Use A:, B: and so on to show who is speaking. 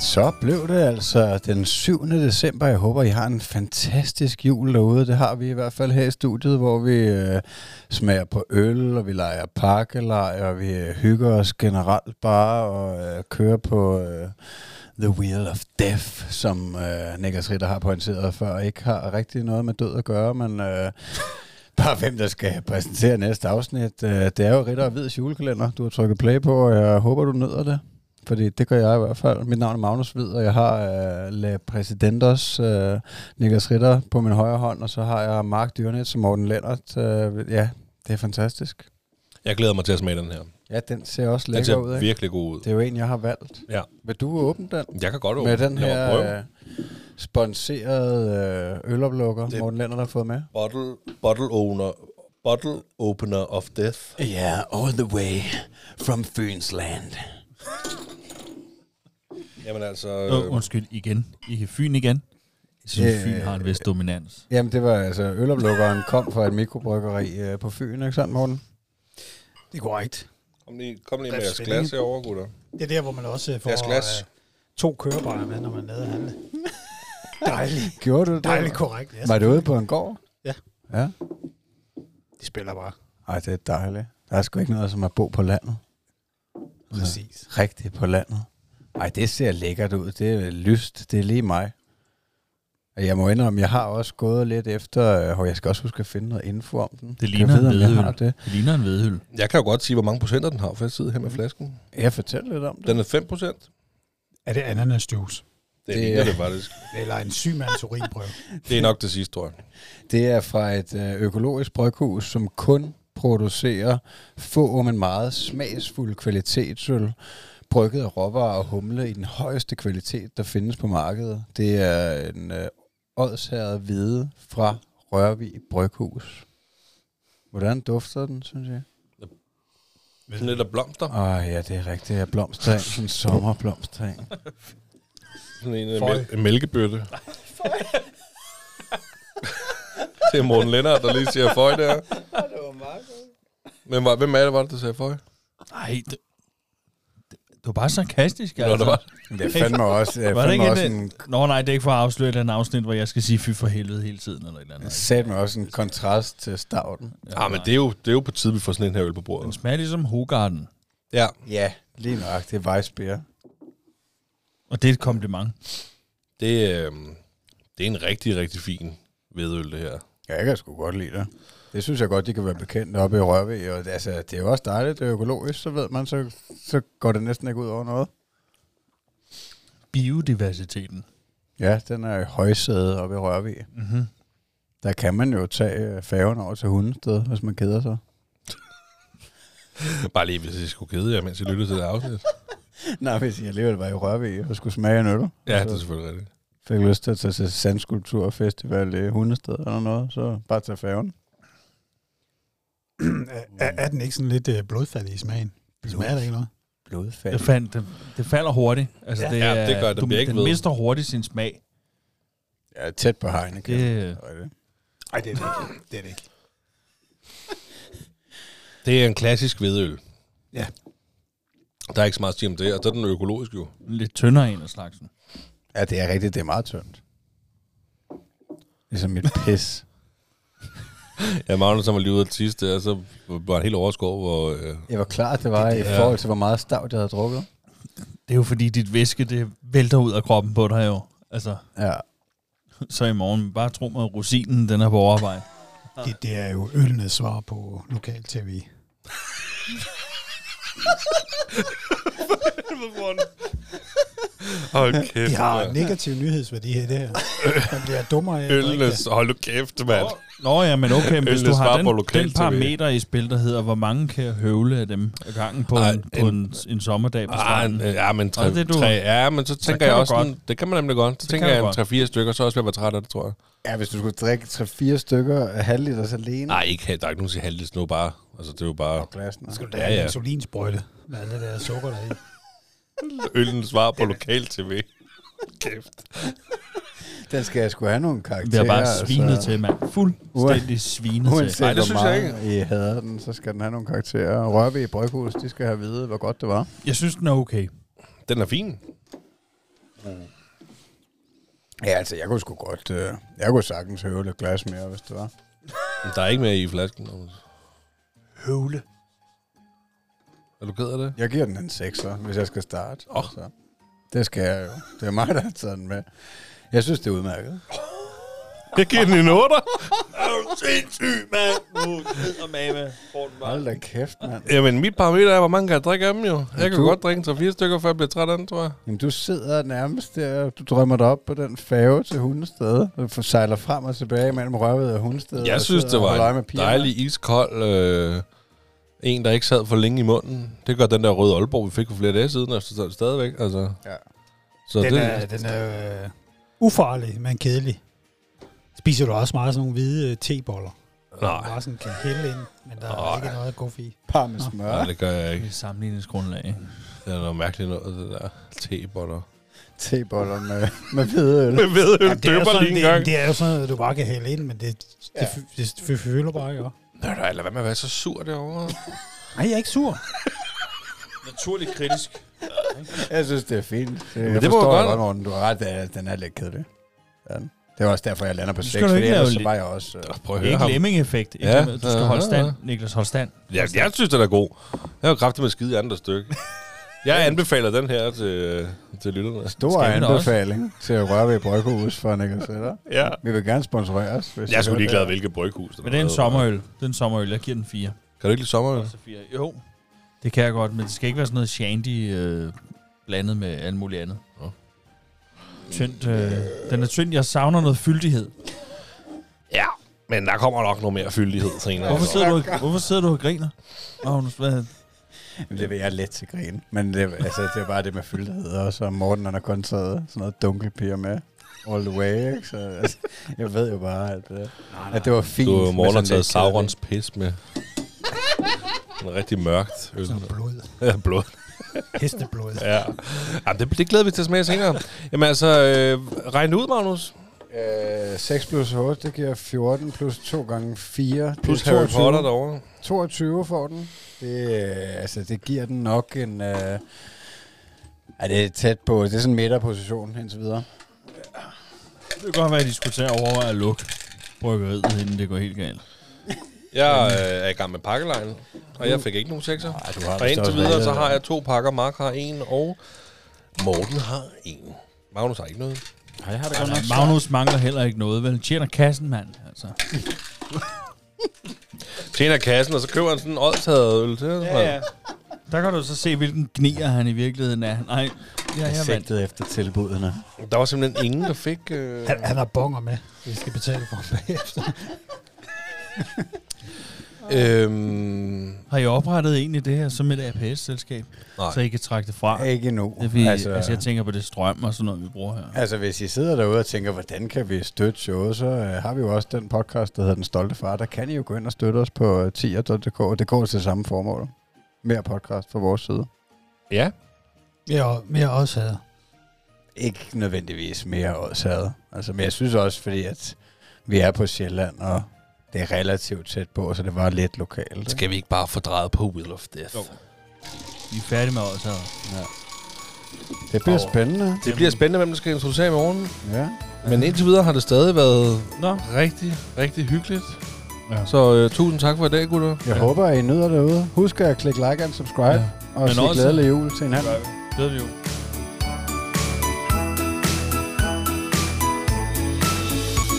A: Så blev det altså den 7. december. Jeg håber, I har en fantastisk jul derude. Det har vi i hvert fald her i studiet, hvor vi øh, smager på øl, og vi leger pakkelej, og vi øh, hygger os generelt bare og øh, kører på øh, The Wheel of Death, som øh, Niklas Ritter har pointeret før, ikke har rigtig noget med død at gøre, men... Øh, Bare hvem, der skal præsentere næste afsnit. Øh, Det er jo Ritter og Hvids julekalender, du har trykket play på, og jeg håber, du nyder det. Fordi det gør jeg i hvert fald. Mit navn er Magnus Hvid, og jeg har øh, La Presidentos, øh, Niklas Ritter på min højre hånd, og så har jeg Mark Dyrnet som Morten Lennart. Øh, ja, det er fantastisk.
B: Jeg glæder mig til at smage den her.
A: Ja, den ser også
B: Den
A: lækker ud,
B: ser
A: ikke?
B: virkelig god ud.
A: Det er jo en, jeg har valgt.
B: Ja.
A: Vil du åbne den?
B: Jeg kan godt åbne
A: Med den
B: Lad mig
A: her
B: prøve.
A: øh, sponserede øh, øloplukker,
B: Det-
A: Morten Lennart har fået med.
B: Bottle, bottle, owner, bottle opener of death.
A: Yeah, all the way from Fynsland.
B: Jamen altså...
C: Øh,
B: Øh,
C: undskyld, igen. I Fyn igen. Jeg synes,
A: Øh,
C: Fyn har en vis dominans.
A: Jamen, det var altså, øloplukkeren kom fra et mikrobryggeri øh, på Fyn, ikke sandt, Morten?
D: Det er korrekt.
B: kom lige, kom lige med
D: Lad os
B: jeres
D: finde
B: glas
D: en.
B: herovre, gutter.
D: Det er der, hvor man også får
B: Deres glas.
D: øh, to kørebarer med, når man lader handle. Dejligt.
A: Gjorde du det?
D: Dejligt korrekt. Ja,
A: Var det ude på en gård?
D: Ja.
A: Ja?
D: de spiller bare.
A: Ej, det er dejligt. Der er sgu ikke noget som at bo på landet.
D: Præcis.
A: Rigtigt på landet. Ej, det ser lækkert ud. Det er lyst. Det er lige mig. Og Jeg må indrømme, jeg har også gået lidt efter, øh, og jeg skal også huske at finde noget info om den.
C: Det
A: Kan
C: ligner,
A: jeg vide, om
C: en
A: jeg har
C: vedhøl.
A: det.
C: Det. ligner en vedhøl.
B: Jeg kan jo godt sige, hvor mange procenter den har, for jeg sidder her
A: Mm.
B: med flasken.
A: Jeg fortæller lidt om det.
B: Den er 5 procent.
D: Er det ananasjuice?
B: Det,
A: Det-
B: det ligner det faktisk.
D: Eller en sygemands urinprøve?
B: Det er nok det sidste, tror jeg.
A: Det er fra et øh, økologisk bryghus, som kun producerer få, men meget smagsfuld kvalitetsøl, brygget af råvarer og humle i den højeste kvalitet, der findes på markedet. Det er en øh, ådsherred hvide fra Rørvig Bryghus. Hvordan dufter den, synes jeg?
B: Sådan lidt af blomster.
A: Åh ja, det er rigtigt. Jeg blomster Sådan en sommerblomster
B: Sådan en, øh,
D: Føj.
B: mæl- en mælkebøtte. det er Morten Lennart, der lige siger føj der. Men var, hvem er det, var det, der sagde føj?
C: Nej, det, det, det var bare sarkastisk. altså.
B: Nå,
A: altså,
B: det var
A: Det er fandme også, øh,
C: var det
A: fandme
C: ikke
A: også
C: en,
A: en
C: en... Nå nej, det er ikke for at afsløre et eller andet afsnit, hvor jeg skal sige fy for helvede hele tiden eller et eller andet.
A: Sæt også en kontrast til stavten.
B: Ja, men det er, jo, det er jo på tide, vi får sådan en her øl på
C: Den
B: bordet.
C: smager ligesom Hogarden,
B: Ja,
A: Ja, lige nok. Det er Weissbier.
C: og det er et kompliment.
B: det, øh, det er en rigtig, rigtig fin vedøl, det her.
A: Ja, jeg kan sgu godt lide det. Det synes jeg godt, de kan være bekendt oppe i Rørvig. Og, det- altså, det er jo også dejligt, det er økologisk, så ved man, så, så går det næsten ikke ud over noget.
C: Biodiversiteten.
A: Ja, den er i højsæde oppe i Rørvig.
B: Mhm.
C: Mm-hmm.
A: Der kan man jo tage øh, færgen over til Hundested, hvis man keder sig.
B: Bare lige, hvis I skulle kede jer, mens I lyttede til det afsnit.
A: Nej, hvis jeg alligevel var i Rørvig og skulle smage en øl.
B: Ja,
A: og
B: det er
A: så
B: selvfølgelig rigtigt.
A: fik lyst til at tage til Sandskulpturfestival i Hundested eller noget, så bare tage færgen.
D: er, er- er den ikke sådan lidt øh, blodfattig i smagen? Smager det ikke noget?
A: Blodfald.
C: Det, fandt, det, det falder hurtigt. Altså,
D: Ja.
C: det,
B: Ja,
C: er-
B: det gør det.
C: Du,
B: Bliver ikke
C: den
B: ved.
C: mister hurtigt sin smag.
A: Ja, tæt på Heineken.
C: Det,
A: Det...
C: øh,
D: Nej, det er det ikke. Det er det ikke.
B: Det er en klassisk vedøl.
D: Ja.
B: Der er ikke så meget at sige om det, og så er den økologisk jo.
C: lidt tyndere en af slagsen.
A: Ja, det er rigtigt, det er meget tyndt. Ligesom mit pis.
B: Ja, Magnus han var lige ude at tisse der, og så var han helt overskåret, hvor... Øh,
A: Jeg var klar, det var i forhold til, hvor meget stavt jeg havde drukket.
C: Det er jo fordi, dit væske, det vælter ud af kroppen på dig jo. Altså,
A: Ja.
C: så i morgen, bare tro mig, rosinen, den er på overarbejde.
D: Det, det er jo øllenes svar på lokal tv.
B: hold kæft,
D: De har negativ nyhedsværdi i det her. Man bliver dummere af at drikke det.
B: Ølles, hold nu kæft, mand.
C: Nå ja, men okay, men hvis du
B: Ølene
C: har
B: svarer på
C: den,
B: lokal
C: den
B: TV.
C: parameter i spil, der hedder, hvor mange kan jeg høvle af dem af gangen på, Ej,
B: Ej,
C: en, på en, en, sommerdag på
B: Ah,
C: stranden?
B: en- ja, men tre,
C: Og det er du.
B: tre, ja, men så tænker
C: kan
B: jeg
C: du
B: også,
C: godt.
B: sådan, det kan man nemlig godt. Så tænker
C: kan
B: jeg
C: du
B: en
C: godt.
B: 3-4 stykker, så også jeg være træt af det, tror jeg.
A: ja, hvis du skulle drikke 3-4 stykker af halvliters alene.
B: Nej, ikke, der er ikke nogen til halvdels nu bare. Altså, det er jo bare
A: Glassen.
D: Skal du da
B: Ja,
D: have
B: ja.
D: en insulinsprøjte med alt det der sukker der i?
B: øllen svar på lokal tv. Kæft.
A: Den skal jeg sgu have nogle
C: Vi
A: karakterer.
C: har bare svinet altså. til, mand. Fuldstændig svinet til.
A: Uanset
B: Nej, det
A: hvor
B: synes jeg
A: meget I hader den, så skal den have nogle karakterer. Rørby i Bryghus, de skal have at vide, hvor godt det var.
C: Jeg synes, den er okay.
B: Den er fin.
A: Ja, altså, jeg kunne sgu godt... Øh, jeg kunne sagtens høve lidt glas mere, hvis det var.
B: Men Der er ikke mere i flasken. Thomas.
D: Høvle.
B: Er du ked af det?
A: Jeg giver den en 6'er, hvis jeg skal starte.
B: Åh.
A: Så. Det skal jeg jo. Det er mig, der har taget den med. Jeg synes, det er udmærket.
B: Jeg giver den en 8.
C: Er du sindssyg, mand? Nu sidder mame.
A: Hold da kæft, mand.
B: Jamen, mit parameter er, hvor mange kan jeg drikke af dem jo. Jeg kan
A: Du-
B: godt drikke til fire stykker, før jeg bliver træt af den, tror jeg.
A: Jamen, du sidder nærmest der, og du drømmer dig op på den færge til Hundested, og du sejler frem og tilbage mellem Rørved og Hundested.
B: Jeg
A: og
B: synes,
A: sidder
B: det
A: og holder øje
B: var
A: med
B: en
A: pigerne.
B: dejlig iskold øh, en, der ikke sad for længe i munden. Det gør den der røde Aalborg, vi fik for flere dage siden, og så sad den stadigvæk. Altså.
A: Ja.
B: Så
D: den,
B: det,
D: er, den er øh, ufarlig, men kedelig. Spiser du også meget sådan nogle hvide øh, teboller?
B: Nej.
D: Bare sådan kan hælde ind, men der er
B: Nej.
D: ikke noget kaffe i.
A: Par med
D: Nå.
A: smør.
B: Nej, det gør jeg
C: Det er
B: ikke.
C: sammenligningsgrundlag.
B: Det er noget mærkeligt noget, det der teboller.
A: Teboller med, med hvide øl.
B: Jeg ved,
D: Ja,
B: det døber lige en gang.
D: det, det er jo sådan noget, du bare kan hælde ind, men det, det,
A: Ja.
D: ja. det, det, det, det føler bare ikke.
B: Nå, nej, lad være med at være så sur derovre.
D: Nej, jeg er ikke sur.
C: Naturligt kritisk.
A: Jeg synes, det er fint. Det,
B: Men
A: jeg
B: det
A: det
B: må
A: forstår
B: jo
A: godt.
B: godt-
A: godt, Morten. Du har ret, det er- den er lidt kedelig. Ja. Det var også derfor, jeg lander på
C: Nu
A: 6,
C: skal du
A: fordi
C: ikke
A: ellers
C: lave
A: så
C: lidt-
A: var jeg også... Øh,
B: Prøv at høre
C: Ikke
B: ham.
C: lemming-effekt. Ikke
B: Ja,
C: lemming- Du skal
B: ja,
C: holde
B: ja,
C: stand,
B: ja.
C: Niklas. Hold stand.
B: Jeg, jeg synes, den er god. Jeg er jo kraftig med skide i andet stykke. Jeg anbefaler den her til, til lytterne.
A: stor
C: Skal vi da også?
A: anbefaling til at røre ved Bryghus for Nick Sætter.
B: Ja.
A: Vi vil gerne sponsorere os. Hvis
B: Jeg er
A: I
B: sgu
A: hører
B: lige glad,
A: det her.
B: hvilket bryghus. der
C: Men det er en
B: var.
C: sommerøl. Det er en sommerøl. Jeg giver den fire.
B: Kan du ikke lide sommerøl?
C: Også fire. Jo. Det kan jeg godt, men det skal ikke være sådan noget shandy øh, blandet med alt muligt andet.
B: Nå.
C: Tyndt, øh, den er tynd. Jeg savner noget fyldighed.
B: Ja, men der kommer nok noget mere fyldighed senere.
C: Hvorfor sidder du, og- hvorfor sidder du og griner? Magnus, hvad?
A: Jamen, Det vil jeg let til grin. Men det, altså, det er bare det med fyldthed også. Og Morten, han har kun taget sådan noget dunkelpiger med. All the way, ikke? Så, altså, jeg ved jo bare, at, øh, at det var fint.
B: Du har
A: men
B: morgen
A: sådan
B: har
A: lidt
B: taget Saurons
A: kedeligt.
B: pis med. Den er rigtig mørkt. Øl.
D: Sådan noget blod.
B: Ja, blod.
D: Hesteblod.
B: Ja. Jamen, det, det glæder vi til at smage senere. Jamen altså, øh, regn det ud, Magnus.
A: Øh, 6 plus 8, det giver 14, plus 2 gange 4.
B: Plus Harry Potter derovre.
A: 22 får den. Det, øh, altså, det giver den nok en... Øh, er det er tæt på... Det er sådan en midterposition indtil videre.
C: Det kan godt være, at de skulle tage at overveje at lukke bryggeriet, inden det går helt galt.
B: Jeg øh, er i gang med pakkelejen, og jeg fik ikke nogen sekser.
A: Ej, du har
B: Og
A: vist også
B: indtil videre,
A: valget,
B: så har
A: eller?
B: jeg to pakker. Mark har en, og Morten har en. Magnus har ikke noget.
A: Ej, jeg har det godt
C: Altså,
A: nok.
C: Magnus mangler heller ikke noget, vel? Tjener kassen, mand. Altså.
B: Tjener kassen, og så køber han sådan en oldtaget øl til. Ja, ja.
C: Der kan du så se, hvilken gnier han i virkeligheden er. Nej, ja,
A: Jeg
C: ja,
A: er
C: mand.
A: sigtet efter tilbudene.
B: Der var simpelthen ingen, der fik... Øh...
D: Han, han har bonger med. Vi skal betale for ham bagefter.
B: Øhm...
C: Har I oprettet egentlig det her som et APS-selskab,
B: Nej.
C: så I kan trække det fra?
A: Ikke nu.
C: Det er fordi, altså, altså, jeg tænker på det strøm og sådan noget, vi bruger her.
A: altså, hvis I sidder derude og tænker, hvordan kan vi støtte showet, så øh, har vi jo også den podcast, der hedder Den Stolte Far. Der kan I jo gå ind og støtte os på øh, tier.dk. Det går til samme formål. Mere podcast fra vores side.
B: Ja.
D: Ja, og mere også øh, havde.
A: ikke nødvendigvis mere ådshavet. Altså, men jeg synes også, fordi at vi er på Sjælland, og det er relativt tæt på, så det var lidt lokalt. ikke?
B: Skal vi ikke bare få drejet på Wheel of Death? Jo.
C: Vi er færdige med os her.
A: Det bliver
B: Og-
A: spændende.
B: Det bliver spændende, hvem der skal introducere i morgen.
A: Ja.
B: Men indtil videre har det stadig været
C: Nå,
B: rigtig, rigtig hyggeligt.
C: Ja.
B: Så øh, tusind tak for i dag, gutter.
A: Jeg ja. håber, I nyder derude. Husk at klikke like and subscribe, ja. og
C: Men
A: sige
C: også-
A: glædelig jul til hinanden.
C: det er vi jo.